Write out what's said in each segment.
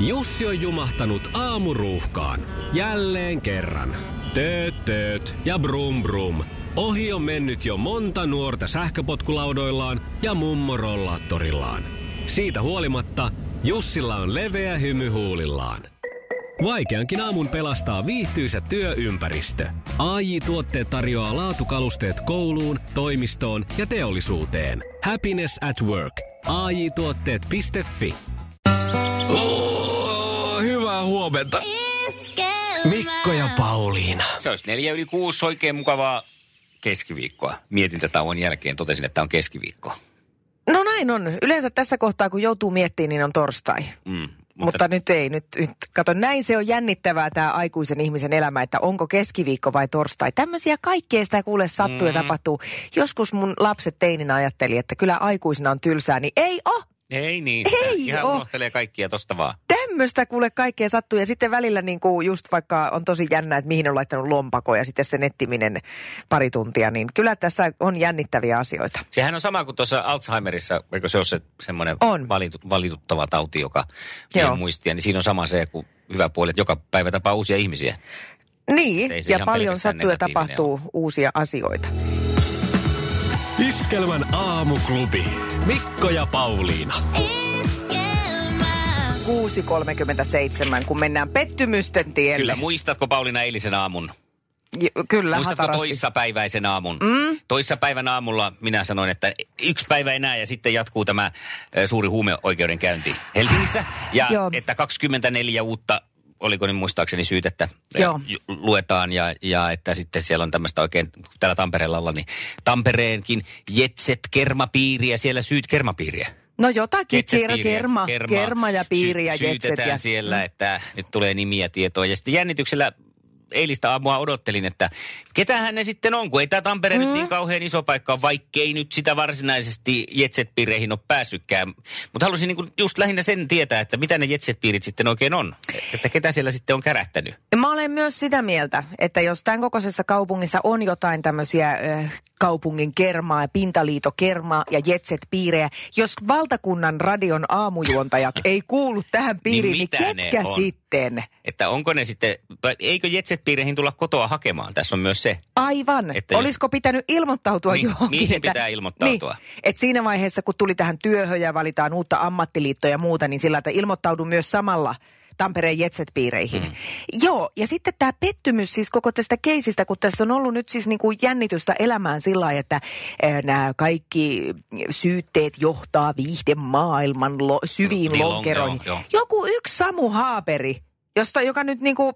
Jussi on jumahtanut aamuruuhkaan. Jälleen kerran. Tööt, tööt ja brum brum. Ohi on mennyt jo monta nuorta sähköpotkulaudoillaan ja mummorollaattorillaan. Siitä huolimatta Jussilla on leveä hymy huulillaan. Vaikeankin aamun pelastaa viihtyisä työympäristö. AI Tuotteet tarjoaa laatukalusteet kouluun, toimistoon ja teollisuuteen. Happiness at work. AJ Tuotteet.fi Oh, hyvää huomenta. Mikko ja Pauliina. Se olisi neljä yli kuusi oikein mukavaa keskiviikkoa. Mietintätauon jälkeen totesin, että on keskiviikko. No näin on. Yleensä tässä kohtaa, kun joutuu miettimään, niin on torstai. Mm, Mutta nyt ei, nyt, nyt kato, näin se on jännittävää tämä aikuisen ihmisen elämä, että onko keskiviikko vai torstai. Tämmöisiä kaikkea sitä kuule sattuu mm. ja tapahtuu. Joskus mun lapset teininä ajatteli, että kyllä aikuisena on tylsää, niin ei oo. Ei niin. Ei Ihan oo. unohtelee kaikkia tosta vaan. Tämmöistä kuule kaikkea sattuu ja sitten välillä niin kuin just vaikka on tosi jännä, että mihin on laittanut lompako ja sitten se nettiminen pari tuntia, niin kyllä tässä on jännittäviä asioita. Sehän on sama kuin tuossa Alzheimerissa, eikö se ole se, semmoinen On. Valitu, valituttava tauti, joka Joo. vie muistia, niin siinä on sama se kuin hyvä puoli, että joka päivä tapaa uusia ihmisiä. Niin, Ei se ja ihan paljon pelkästään sattuu ja negatiivinen tapahtuu uusia asioita. Iskelmän aamuklubi. Mikko ja Pauliina. 6.37, kun mennään pettymysten tielle. Kyllä, muistatko Pauliina eilisen aamun? J- kyllä Muistatko hatarasti. toissapäiväisen aamun? Mm? Toissapäivän aamulla minä sanoin, että yksi päivä enää ja sitten jatkuu tämä eh, suuri huumeoikeudenkäynti Helsingissä. Ja Ah, Joo. että 24 uutta, oliko niin muistaakseni syytettä, eh, Joo. ju- luetaan ja, ja että sitten siellä on tämmöistä oikein, täällä Tampereella ollaan, niin Tampereenkin Jetset kermapiiriä, siellä syyt kermapiiriä. No jotakin, Jetset kerma, piiriä, kerma, kerma ja piiri ja Sy- jetset. syytetään Ja... Mm. siellä, että nyt tulee nimiä tietoa. Ja sitten jännityksellä eilistä aamua odottelin, että ketähän ne sitten on, kun ei tämä Tampere mm. nyt niin kauhean iso paikka ole, vaikkei nyt sitä varsinaisesti jetsetpiireihin ole päässytkään. Mutta halusin niin just lähinnä sen tietää, että mitä ne jetsetpiirit sitten oikein on, että ketä siellä sitten on kärähtänyt. Mä olen myös sitä mieltä, että jos tämän kokoisessa kaupungissa on jotain tämmöisiä äh, kaupungin kermaa, ja pintaliitokermaa ja jetset piirejä, jos valtakunnan radion aamujuontajat ei kuulu tähän piiriin, niin, mitä ne ketkä on? sitten? Että onko ne sitten, vai eikö jetsetpiireihin tulla kotoa hakemaan? Tässä on myös se. Aivan. Että Että jos- Olisiko pitänyt ilmoittautua Mihin- johonkin? mihin pitää ilmoittautua? Niin, että siinä vaiheessa, kun tuli tähän työhön ja valitaan uutta ammattiliittoa ja muuta, niin sillä, että ilmoittaudun myös samalla Tampereen Jetset-piireihin. Mm. Joo, ja sitten tämä pettymys siis koko tästä keisistä, kun tässä on ollut nyt siis niinku jännitystä elämään sillä lailla, että nämä kaikki syytteet johtaa viihdemaailman lo- syviin Niin, lon- lonkeroihin. joo, joo. Joku yksi Samu Haaperi, josta, joka nyt niinku,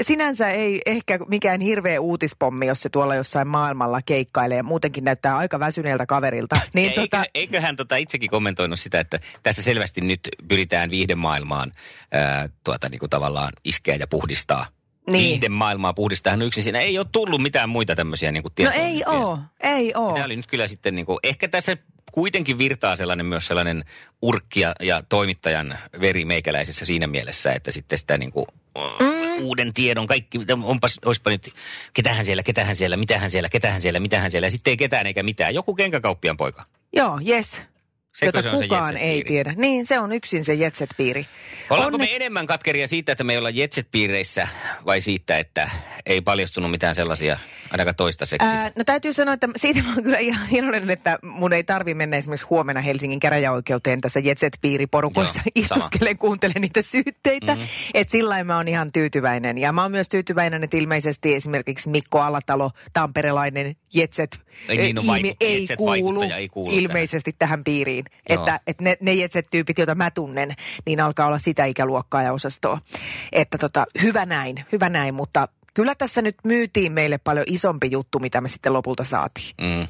sinänsä ei ehkä mikään hirveä uutispommi, jos se tuolla jossain maailmalla keikkailee. Muutenkin näyttää aika väsyneeltä kaverilta. Niin Ja tota, eikö, eiköhän tota itsekin kommentoinut sitä, että tässä selvästi nyt pyritään viihdemaailmaan ää, tuota, niin kuin tavallaan iskeä ja puhdistaa. Niin. Viihdemaailmaa puhdistaa. Hän on yksin siinä. Ei ole tullut mitään muita tämmöisiä niin kuin no ei oo, ei oo. Tämä oli nyt kyllä sitten, niin kuin, ehkä tässä kuitenkin virtaa sellainen myös sellainen urkki ja, ja toimittajan veri meikäläisessä siinä mielessä, että sitten sitä niin kuin, mm. uuden tiedon, kaikki, onpas, oispa nyt, ketähän siellä, ketähän siellä, mitähän siellä, ketähän siellä, mitähän siellä, ja sitten ei ketään eikä mitään. Joku kenkäkauppian poika. Joo, jes. Sekö jota se on se kukaan ei Jetset-piiri? tiedä. Niin, se on yksin se jetset-piiri. Ollaanko me enemmän katkeria siitä, että me ei olla jetset-piireissä vai siitä, että ei paljastunut mitään sellaisia ainakaan toistaiseksi? Ää, no täytyy sanoa, että siitä mä oon kyllä ihan iloinen, että mun ei tarvi mennä esimerkiksi huomenna Helsingin käräjäoikeuteen tässä Jetset-piiriporukoissa Joo, sama. Mhm. istuskelen, kuuntelen niitä syytteitä. Mm-hmm. Että sillä lailla mä oon ihan tyytyväinen. Ja mä oon myös tyytyväinen, että ilmeisesti esimerkiksi Mikko Alatalo, tamperelainen Jetset, Ei, niin on äh, vaiku- ei, kuulu, Jetset-vaikuttaja ei kuulu ilmeisesti tähän, piiriin. Joo. Että, että ne, ne Jetset-tyypit, joita mä tunnen, niin alkaa olla sitä ikäluokkaa ja osastoa. Että tota, hyvä näin, hyvä näin, mutta kyllä tässä nyt myytiin meille paljon isompi juttu, mitä me sitten lopulta saatiin. Mm.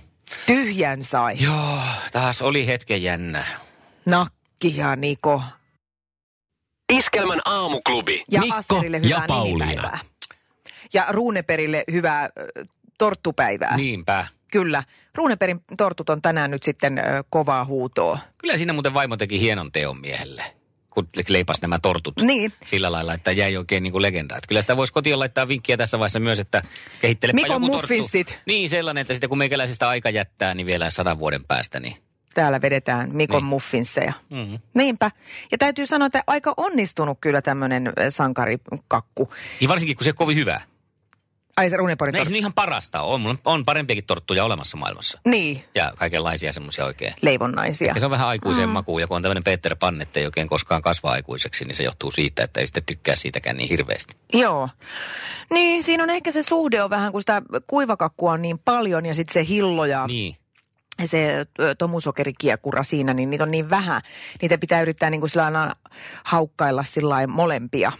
Tyhjän sai. Joo, taas oli hetken jännä. Nakki ja Niko. Iskelmän aamuklubi. Ja Mikko Asserille ja hyvää Pauliina. nimipäivää. Ja Ruuneperille hyvää äh, torttupäivää. Niin. Niinpä. Kyllä. Ruuneperin tortut on tänään nyt sitten äh, kovaa huutoa. Kyllä siinä muuten vaimo teki hienon teon miehelle, kun leipas nämä tortut. Niin. Sillä lailla, että jäi oikein niin kuin legenda. Että kyllä sitä voisi kotiin laittaa vinkkiä tässä vaiheessa myös, että kehittelepä Mikon joku torttu. muffinsit. Niin, sellainen, että sitten kun meikäläisestä aika jättää, niin vielä sadan vuoden päästä, niin täällä vedetään Mikon niin. muffinsseja. Mm-hmm. Niinpä. Ja täytyy sanoa, että aika onnistunut kyllä tämmöinen sankarikakku. Niin varsinkin, kun se on kovin hyvää. No Ai se ei se runeporitorttu. nyt ihan parasta ole. On, mulla on parempiakin torttuja olemassa maailmassa. Niin, Ja kaikenlaisia semmoisia oikein. leivonnaisia. Ja se on vähän aikuiseen mm. makuun, ja kun on tämmöinen Peter Pan, että ei oikein koskaan kasva aikuiseksi, niin se johtuu siitä, että ei sitten tykkää siitäkään niin hirveästi. Joo. Niin, siinä on ehkä se suhde on vähän, kun sitä kuivakakkua on niin paljon ja sitten se hillo ja niin. Niin. se ö, tomusokerikiekura siinä, niin niitä on niin vähän. Niitä pitää yrittää niin kuin sillä lailla haukkailla sillä lailla molempia.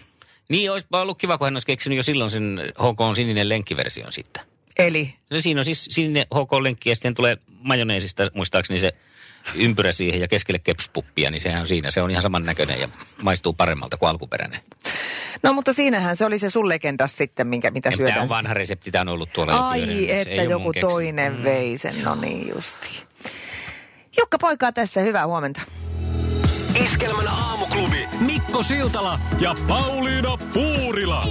Niin, olisi ollut kiva, kun hän olisi keksinyt jo silloin sen HK sininen lenkkiversion sitten. Eli No siinä on siis sininen HK-lenkki ja sitten tulee majoneesista muistaakseni se ympyrä siihen ja keskelle kepspuppia, niin sehän on siinä. Se on ihan saman näköinen ja maistuu paremmalta kuin alkuperäinen. No mutta siinähän se oli se sun legendas sitten, minkä, mitä Tämä syödään. on vanha resepti, tämä on ollut tuolla jo Ai, pyörimässä. Ei että ole mun joku keksinyt. Mm. toinen vei sen, no niin justi. Jukka Poikaa tässä, hyvää huomenta. Iskelmän aamuklubi. Mikko Siltala ja Pauliina Puurila.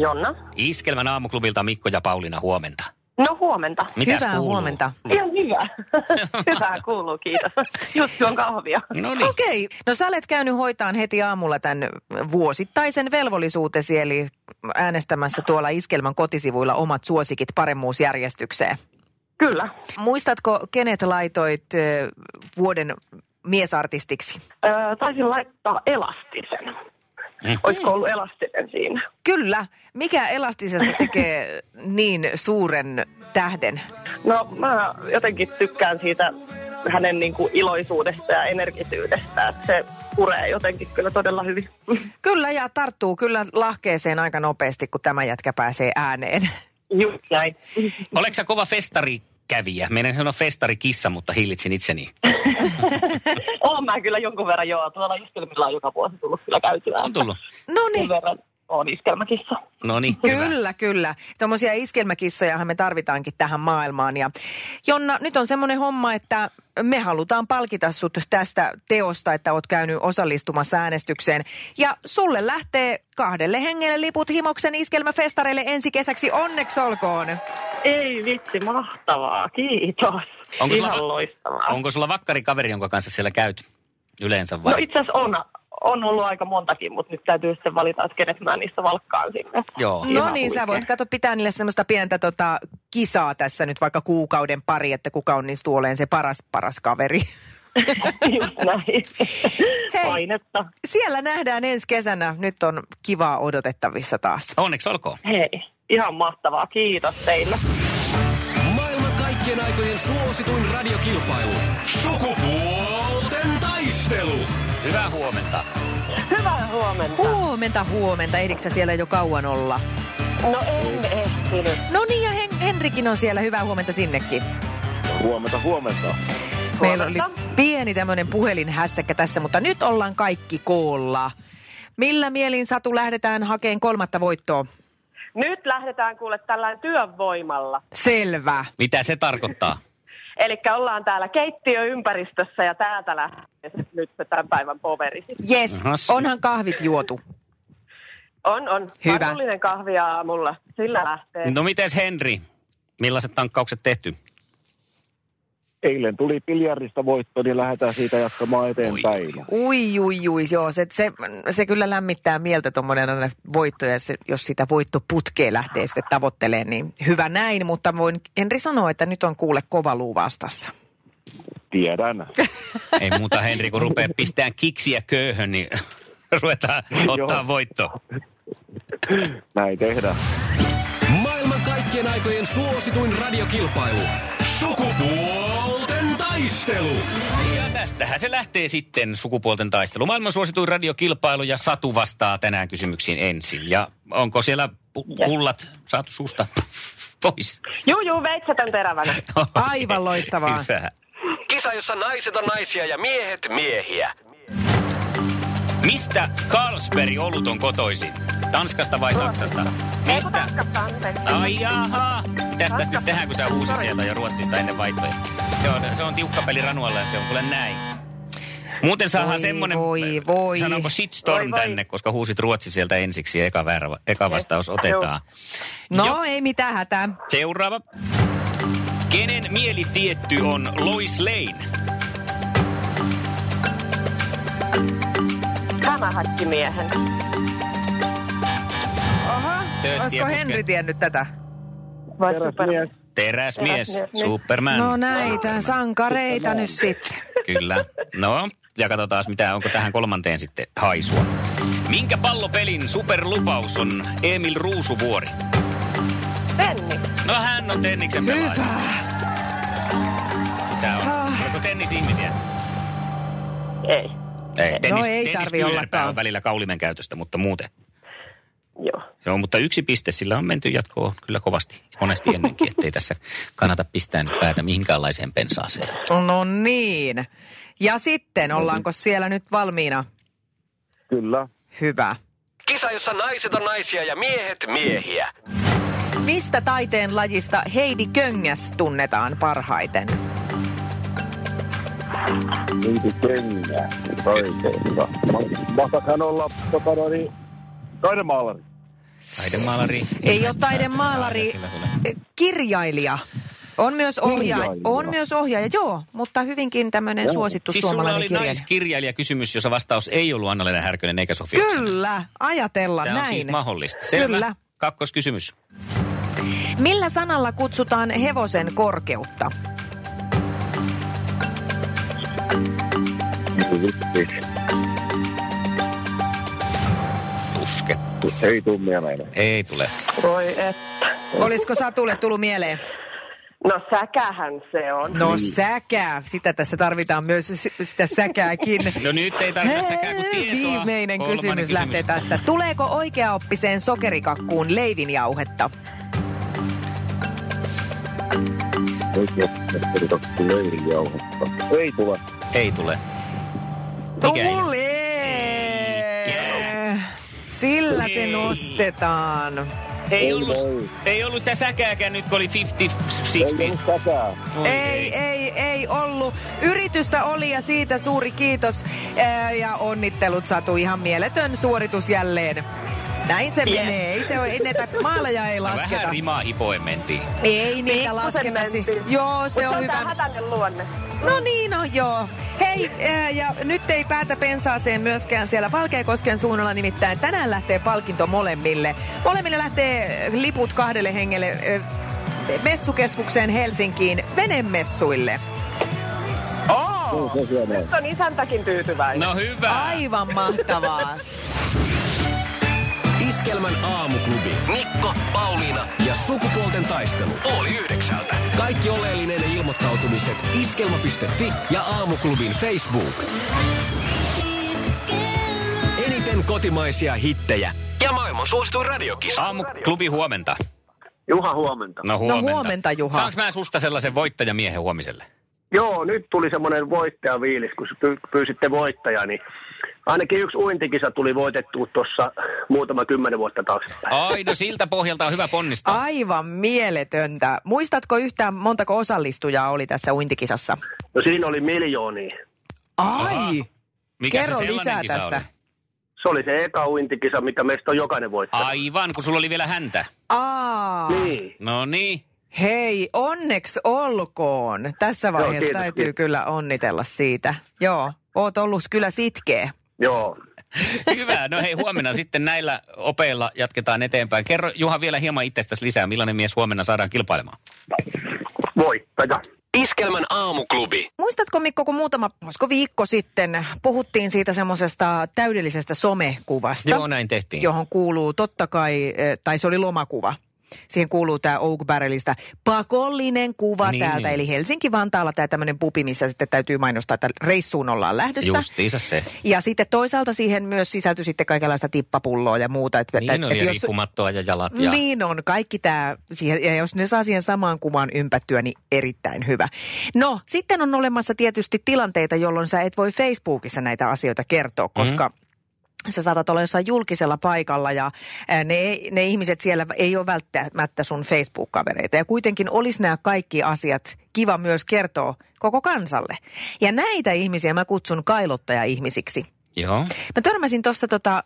Jonna. Iskelmän aamuklubilta Mikko ja Pauliina huomenta. No huomenta. Mitäs hyvää kuuluu? huomenta. Ihan hyvä. Hyvää kuuluu, kiitos. Just on kahvia. No niin. Okei, okay. no sä olet käynyt hoitaan heti aamulla tämän vuosittaisen velvollisuutesi, eli äänestämässä tuolla Iskelman kotisivuilla omat suosikit paremmuusjärjestykseen. Kyllä. Muistatko, kenet laitoit eh, vuoden miesartistiksi? Öö, taisin laittaa elastisen. Mm. Olisiko ollut elastinen siinä? Kyllä. Mikä elastisesta tekee niin suuren tähden? No mä jotenkin tykkään siitä hänen niin kuin, iloisuudesta ja energisyydestä. Että se puree jotenkin kyllä todella hyvin. Kyllä ja tarttuu kyllä lahkeeseen aika nopeasti, kun tämä jätkä pääsee ääneen. Just näin. Oletko sä kova festarikävijä? Meidän sanoa festarikissa, mutta hillitsin itseni. Oon mä kyllä jonkun verran joo. Tuolla iskelmillä on joka vuosi tullut kyllä käytyä. On tullut. No Sen niin. verran on iskelmäkissa. No niin, hyvä. Kyllä, kyllä. Tuommoisia iskelmäkissojahan me tarvitaankin tähän maailmaan. Ja Jonna, nyt on semmoinen homma, että me halutaan palkita sut tästä teosta, että oot käynyt osallistumassa äänestykseen. Ja sulle lähtee kahdelle hengelle liput Himoksen iskelmäfestareille ensi kesäksi. Onneksi olkoon. Ei vitsi, mahtavaa. Kiitos. Onko sulla- Ihan loistavaa. Onko sulla vakkarikaveri, jonka kanssa siellä käyt yleensä vai? No itse asiassa on, on ollut aika montakin, mutta nyt täytyy sitten valita, että kenet mä niistä valkkaan sinne. Joo. Ihan No niin, sä huikea. voit kato pitää niille semmoista pientä tota, kisaa tässä nyt vaikka kuukauden pari, että kuka onnistuu oleen se paras paras kaveri. Just näin. Hei. Painetta. Siellä nähdään ensi kesänä. Nyt on kivaa odotettavissa taas. Onneksi olkoon. Hei, ihan mahtavaa. Kiitos teille. Maailman kaikkien aikojen suosituin radiokilpailu. Sukupuolten taistelu. Hyvää huomenta. Hyvää huomenta. Huomenta, huomenta. Ehditkö sä siellä jo kauan olla? No en ehtinyt. No niin, ja Hen- Henrikin on siellä. Hyvää huomenta sinnekin. Huomenta, huomenta. Meillä oli Huomenta. pieni tämmöinen puhelinhässäkkä tässä, mutta nyt ollaan kaikki koolla. Millä mielin Satu lähdetään hakeen kolmatta voittoa? Nyt lähdetään kuule tällään työvoimalla. Selvä. Mitä se tarkoittaa? Eli ollaan täällä keittiöympäristössä ja täältä lähtee se- nyt se tämän päivän poveri. Yes, Ahas. onhan kahvit juotu. On, on. Hyvä. Pakollinen kahvia aamulla. Sillä lähtee. No mites Henri? Millaiset tankkaukset tehty? Eilen tuli biljarista voitto, niin lähdetään siitä jatkamaan eteenpäin. Ui, ui, ui, joo. Se, se, se kyllä lämmittää mieltä tuommoinen aina voitto, ja se, jos sitä voitto putkeen lähtee sitten tavoittelemaan, niin hyvä näin. Mutta voin Henri sanoa, että nyt on kuule kova luu vastassa. Tiedän. Ei muuta Henri, kun rupeaa pistämään kiksiä köyhön, niin ruvetaan ottaa Joo. voitto. Näin tehdään. Maailman kaikkien aikojen suosituin radiokilpailu. Sukupuolten taistelu. Ja tästähän se lähtee sitten sukupuolten taistelu. Maailman suosituin radiokilpailu ja Satu vastaa tänään kysymyksiin ensin. Ja onko siellä pu- pullat saatu suusta pois? Juu, juu, veitset on terävänä. Aivan loistavaa. Hyvä. Kisa, jossa naiset on naisia ja miehet miehiä. Mistä Carlsberg olut on kotoisin? Tanskasta vai Saksasta? Ei kun Mistä? tarkasta, anteeksi. Ai jaha. Mitäs tästä nyt tehdään, kun sä huusit sieltä jo Ruotsista ennen vaihtoja? Se on, se on tiukka peli Ranualla ja se on kuule näin. Muuten Voi, saadaan semmonen, voi, voi. sanonko shitstorm Voi, voi. tänne, koska huusit Ruotsi sieltä ensiksi Eh, ja eka, väärä, eka vastaus otetaan. No ei mitään hätää. Seuraava. Kenen mieli tietty on Lois Lane? Hämähäkkimiehen. Oho, Töötti ja olisiko putkeen. Henri tiennyt tätä? Vai Teräsmies. super- Teräsmies, Teräsmies, niin. Superman. No näitä sankareita nyt sitten. Kyllä. No, ja katsotaan mitä, onko tähän kolmanteen sitten haisua. Minkä pallopelin superlupaus on Emil Ruusuvuori? Penni. No hän on Tenniksen pelaaja. Hyvä. Sitä on. Ah. Oliko tennisihmisiä? Ei. Ei, ei tarvi tennispyörpää ollakaan. on välillä kaulimen käytöstä, mutta muuten. Joo. Joo, mutta yksi piste, sillä on menty jatkoon kyllä kovasti, monesti ennenkin, ettei tässä kannata pistää nyt päätä mihinkäänlaiseen pensaaseen. No niin. Ja sitten, ollaanko siellä nyt valmiina? Kyllä. Hyvä. Kisa, jossa naiset on naisia ja miehet miehiä. Mistä taiteen lajista Heidi Köngäs tunnetaan parhaiten? Niitä kengää. Oikein. Mahtakaan olla tota noin, niin, taidemaalari. Taidemaalari. Ei ole taidemaalari, Sillä tulee. kirjailija. On myös ohjaaja, Kirjailija. on myös ohjaaja, joo, mutta hyvinkin tämmöinen suosittu Siis sulla suomalainen oli kirjailija. naiskirjailijakysymys, jossa vastaus ei ollut Anna-Leena Härkönen eikä Sofia Oksanen. Kyllä, ajatella Tämä on näin. siis mahdollista. Selvä. Kyllä. Kakkoskysymys. Millä sanalla kutsutaan hevosen korkeutta? Tuskettu. Ei tuu mieleen. Ei tule. Voi että. Olisiko Satulle tullut mieleen? No säkähän se on. No säkää, sitä tässä tarvitaan myös s- sitä säkääkin. No nyt ei tarvitse säkään kuin Hei, tietoa. Viimeinen Kolmannen kysymys, lähtee tästä. Tuleeko oikeaoppiseen sokerikakkuun leivinjauhetta? Ei tule. Ei tule. Mikä ei? Tulee! Sillä se Ei. nostetaan. Ei Ei ollut, voi. ei ollut sitä säkääkään nyt, kun oli 50-60. Ei ollut tätä. Ei, No ei, ei ollut. Yritystä oli ja siitä suuri kiitos. Ää, Ja onnittelut Satu, ihan mieletön suoritus jälleen. Näin se Yes. menee, ei se ole ennetä. Maaleja ei No, lasketa. vähän rimaa hipoen mentiin. Ei niitä Pikkusen lasketa. si- mentiin. Joo, se Mut on tää hyvä. hätäinen luonne. No niin, no joo. Hei, ää, ja nyt ei päätä pensaaseen myöskään siellä Valkeakosken suunnalla, nimittäin tänään lähtee palkinto molemmille. Molemmille lähtee äh, liput kahdelle hengelle äh, messukeskukseen Helsinkiin venemessuille. Oo. Se hienoa. Nyt on isäntäkin tyytyväinen. No hyvä. Aivan mahtavaa. Iskelmän aamuklubi Mikko, Pauliina ja sukupuolten taistelu. oli yhdeksältä. Kaikki oleellinen ilmoittautumiset iskelma.fi ja aamuklubin Facebook. Eniten kotimaisia hittejä Ja maailman suosituin radiokisa. Aamuklubi huomenta. Juha, huomenta. No huomenta. huomenta, Juha. Saanko mä susta sellaisen voittajamiehen huomiselle? Joo, nyt tuli semmoinen voittajaviilis, kun py- pyysitte voittajaa, niin ainakin yksi uintikisa tuli voitettua tuossa muutama kymmenen vuotta taaksepäin. Ai, no siltä pohjalta on hyvä ponnistaa. Aivan mieletöntä. Muistatko yhtään montako osallistujaa oli tässä uintikisassa? No siinä oli miljoonia. Ai! Mikä Kerro se sellainen lisää kisa tästä. Oli? Se oli se eka uintikisa, mikä meistä on jokainen voittanut. Aivan, kun sulla oli vielä häntä. Aa, Niin. No niin. hei, onneksi olkoon. Tässä vaiheessa kiitos, täytyy kiitos. kyllä onnitella siitä. Joo, oot ollut kyllä sitkeä. Joo. Hyvä. No hei, huomenna sitten näillä opeilla jatketaan eteenpäin. Kerro Juha vielä hieman itsestäsi lisää. Millainen mies huomenna saadaan kilpailemaan? Voittaja. Iskelmän aamuklubi. Muistatko Mikko, kun muutama, olisiko viikko sitten, puhuttiin siitä semmoisesta täydellisestä somekuvasta? Joo, näin tehtiin. johon kuuluu totta kai, eh, tai se oli lomakuva. Siihen kuuluu tämä Oak Barrelista pakollinen kuva Niin, niin, täältä. niin. Eli Helsinki-Vantaalla tämä tämmöinen pubi, missä sitten täytyy mainostaa, että reissuun ollaan lähdössä. Justiinsa se. Ja sitten toisaalta siihen myös sisältyi sitten kaikenlaista tippapulloa ja muuta. Että, Niin että, oli että riippumattoa ja jalat ja... ja. Niin on, kaikki tämä, siihen- ja jos ne saa siihen samaan kuvaan ympättyä, niin erittäin hyvä. No, sitten on olemassa tietysti tilanteita, jolloin sä et voi Facebookissa näitä asioita kertoa, koska sä saatat olla jossain julkisella paikalla ja ää, ne, ei- ne ihmiset siellä ei ole välttämättä sun Facebook-kavereita. Ja kuitenkin olisi nämä kaikki asiat kiva myös kertoa koko kansalle. Ja näitä ihmisiä mä kutsun kailottaja-ihmisiksi. Joo. Mä törmäsin tuossa tota, ö,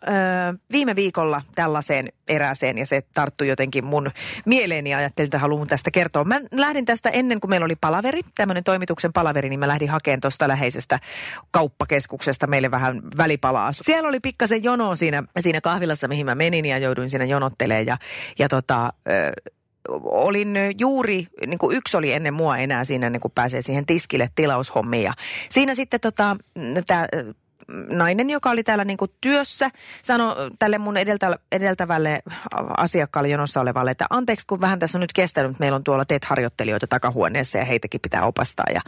viime viikolla tällaiseen erääseen ja se tarttui jotenkin mun mieleeni ja ajattelin, että haluan tästä kertoa. Mä lähdin tästä ennen kuin meillä oli palaveri, tämmöinen toimituksen palaveri, niin mä lähdin hakemaan tuosta läheisestä kauppakeskuksesta meille vähän välipalaa. Siellä oli pikkasen jono siinä, siinä kahvilassa, mihin mä menin ja jouduin siinä jonottelemaan ja, ja tota, ö, olin juuri, niin kuin yksi oli ennen mua enää siinä, niin kuin pääsee siihen tiskille tilaushommiin. Ja siinä sitten tota, tämä nainen, joka oli täällä niin kuin työssä, sanoi tälle mun edeltä, edeltävälle asiakkaalle jonossa olevalle, että anteeksi, kun vähän tässä on nyt kestänyt, mutta meillä on tuolla teet harjoittelijoita takahuoneessa ja heitäkin pitää opastaa. Ja,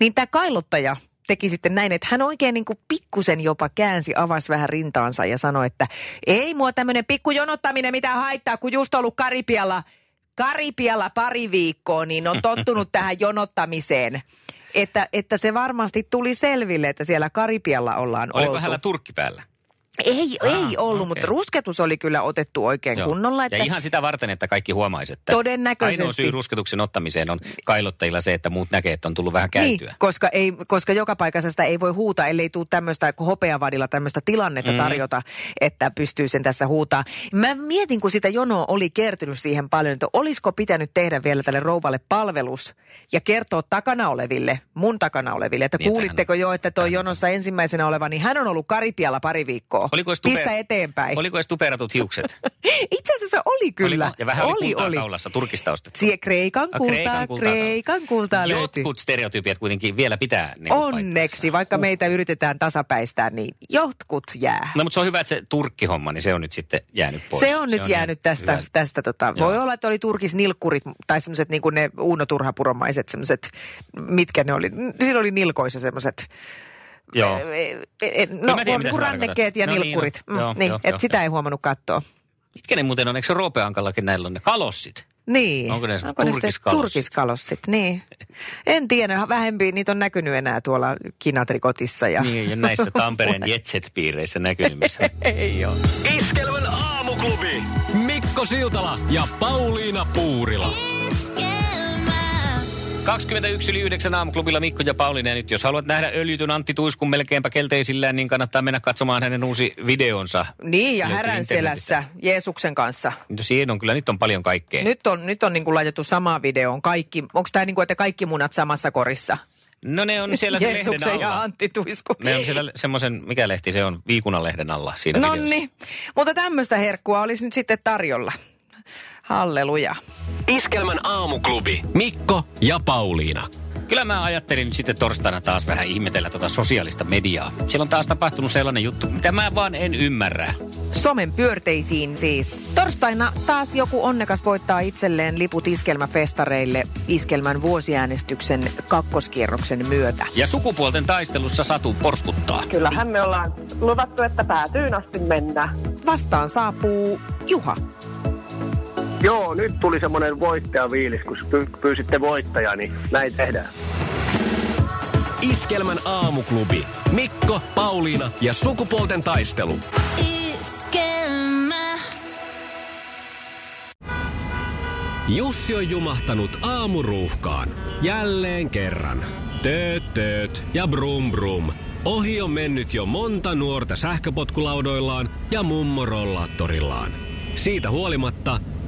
niin tämä kailottaja teki sitten näin, että hän oikein niin kuin pikkusen jopa käänsi, avasi vähän rintaansa ja sanoi, että ei mua tämmöinen pikku jonottaminen mitään haittaa, kun just ollut Karipialla, Karipialla pari viikkoa, niin on tottunut tähän jonottamiseen. Että, että se varmasti tuli selville, että siellä Karipialla ollaan Oliko oltu. hänellä turkki päällä? Ei, Ah, ei ollut, okei. mutta rusketus oli kyllä otettu oikein Joo. kunnolla. Että Ja ihan sitä varten, että kaikki huomaisi, että Todennäköisesti. ainoa syy rusketuksen ottamiseen on kailottajilla se, että muut näkee, että on tullut vähän käytyä. Niin, koska, ei, koska joka paikassa sitä ei voi huuta, ellei tule tämmöistä kun hopeavadilla tämmöistä tilannetta mm. tarjota, että pystyy sen tässä huutaa. Mä mietin, kun sitä jonoa oli kertynyt siihen paljon, että olisiko pitänyt tehdä vielä tälle rouvalle palvelus ja kertoa takana oleville, mun takana oleville, että Niin, että kuulitteko hän on- jo, että tuo hän on- jonossa ensimmäisenä oleva, niin hän on ollut Karipialla pari viikkoa. Oliko edes tupe- Pistä eteenpäin. Oliko edes tuperatut hiukset? Itse asiassa oli kyllä. Oliko? Ja vähän oli, oli, kultaa oli. kaulassa, turkista ostettu. Sie- Kreikan Ah, kultaa, Kreikan kultaa, Kreikan kultaa löytyy. Jotkut stereotypiat kuitenkin vielä pitää. Niin Onneksi, vaikka meitä yritetään tasapäistää, niin jotkut jää. No mutta se on hyvä, että se turkkihomma, niin se on nyt sitten jäänyt pois. Se on nyt jäänyt ihan tästä, hyvä. tästä tota, voi Joo. olla, että oli turkisnilkkurit tai semmoiset niin kuin ne Uuno Turhapuromaiset semmoiset, mitkä ne oli, siinä oli nilkoissa semmoiset, Joo. no, mä tiedän, no mitä niin sä rannekkeet tarkoitat. ja No niin, nilkkurit, no, Mm, joo, niin, joo, että joo, sitä joo. ei huomannut katsoa. Mitkä ne muuten on? Eikö se Roopeankallakin näillä on ne kalossit? Niin. Onko ne semmoset sitten turkiskalossit? turkiskalossit, niin. En tiedä, vähempi niitä on näkynyt enää tuolla kinatrikotissa. Ja... Niin, ja näissä Tampereen jetset-piireissä näkymissä. Iskelmän aamuklubi. Mikko Siltala ja Pauliina Puurila. 21 yli 9 aamuklubilla Mikko ja Pauliina. Ja nyt jos haluat nähdä öljytyn Antti Tuiskun melkeinpä kelteisillään, niin kannattaa mennä katsomaan hänen uusi videonsa. Niin, ja Löytyy härän internetistä. selässä Jeesuksen kanssa. Nyt Siinä on kyllä, nyt on paljon kaikkea. Nyt on, nyt on niin kuin laitettu samaan videoon kaikki. Onko tämä niin kuin, että kaikki munat samassa korissa? No ne on siellä se lehden Jeesuksen ja alla. Antti Tuisku. Ne on siellä semmoisen, mikä lehti se on, viikunnan lehden alla siinä videossa. Nonni, mutta tämmöistä herkkua olisi nyt sitten tarjolla. Halleluja. Iskelmän aamuklubi. Mikko ja Pauliina. Kyllä mä ajattelin nyt sitten torstaina taas vähän ihmetellä tuota sosiaalista mediaa. Siellä on taas tapahtunut sellainen juttu, mitä mä vaan en ymmärrä. Somen pyörteisiin siis. Torstaina taas joku onnekas voittaa itselleen liput iskelmäfestareille iskelmän vuosiäänestyksen kakkoskierroksen myötä. Ja sukupuolten taistelussa Satu porskuttaa. Kyllähän me ollaan luvattu, että päätyyn asti mennään. Vastaan saapuu Juha. Joo, nyt tuli semmoinen voittajaviilis, kun py- pyysitte voittajaa, niin näin tehdään. Iskelmän aamuklubi. Mikko, Pauliina ja sukupuolten taistelu. Jussi on jumahtanut aamuruuhkaan. Jälleen kerran. Tööt, tööt ja brum brum. Ohi on mennyt jo monta nuorta sähköpotkulaudoillaan ja mummorollaattorillaan. Siitä huolimatta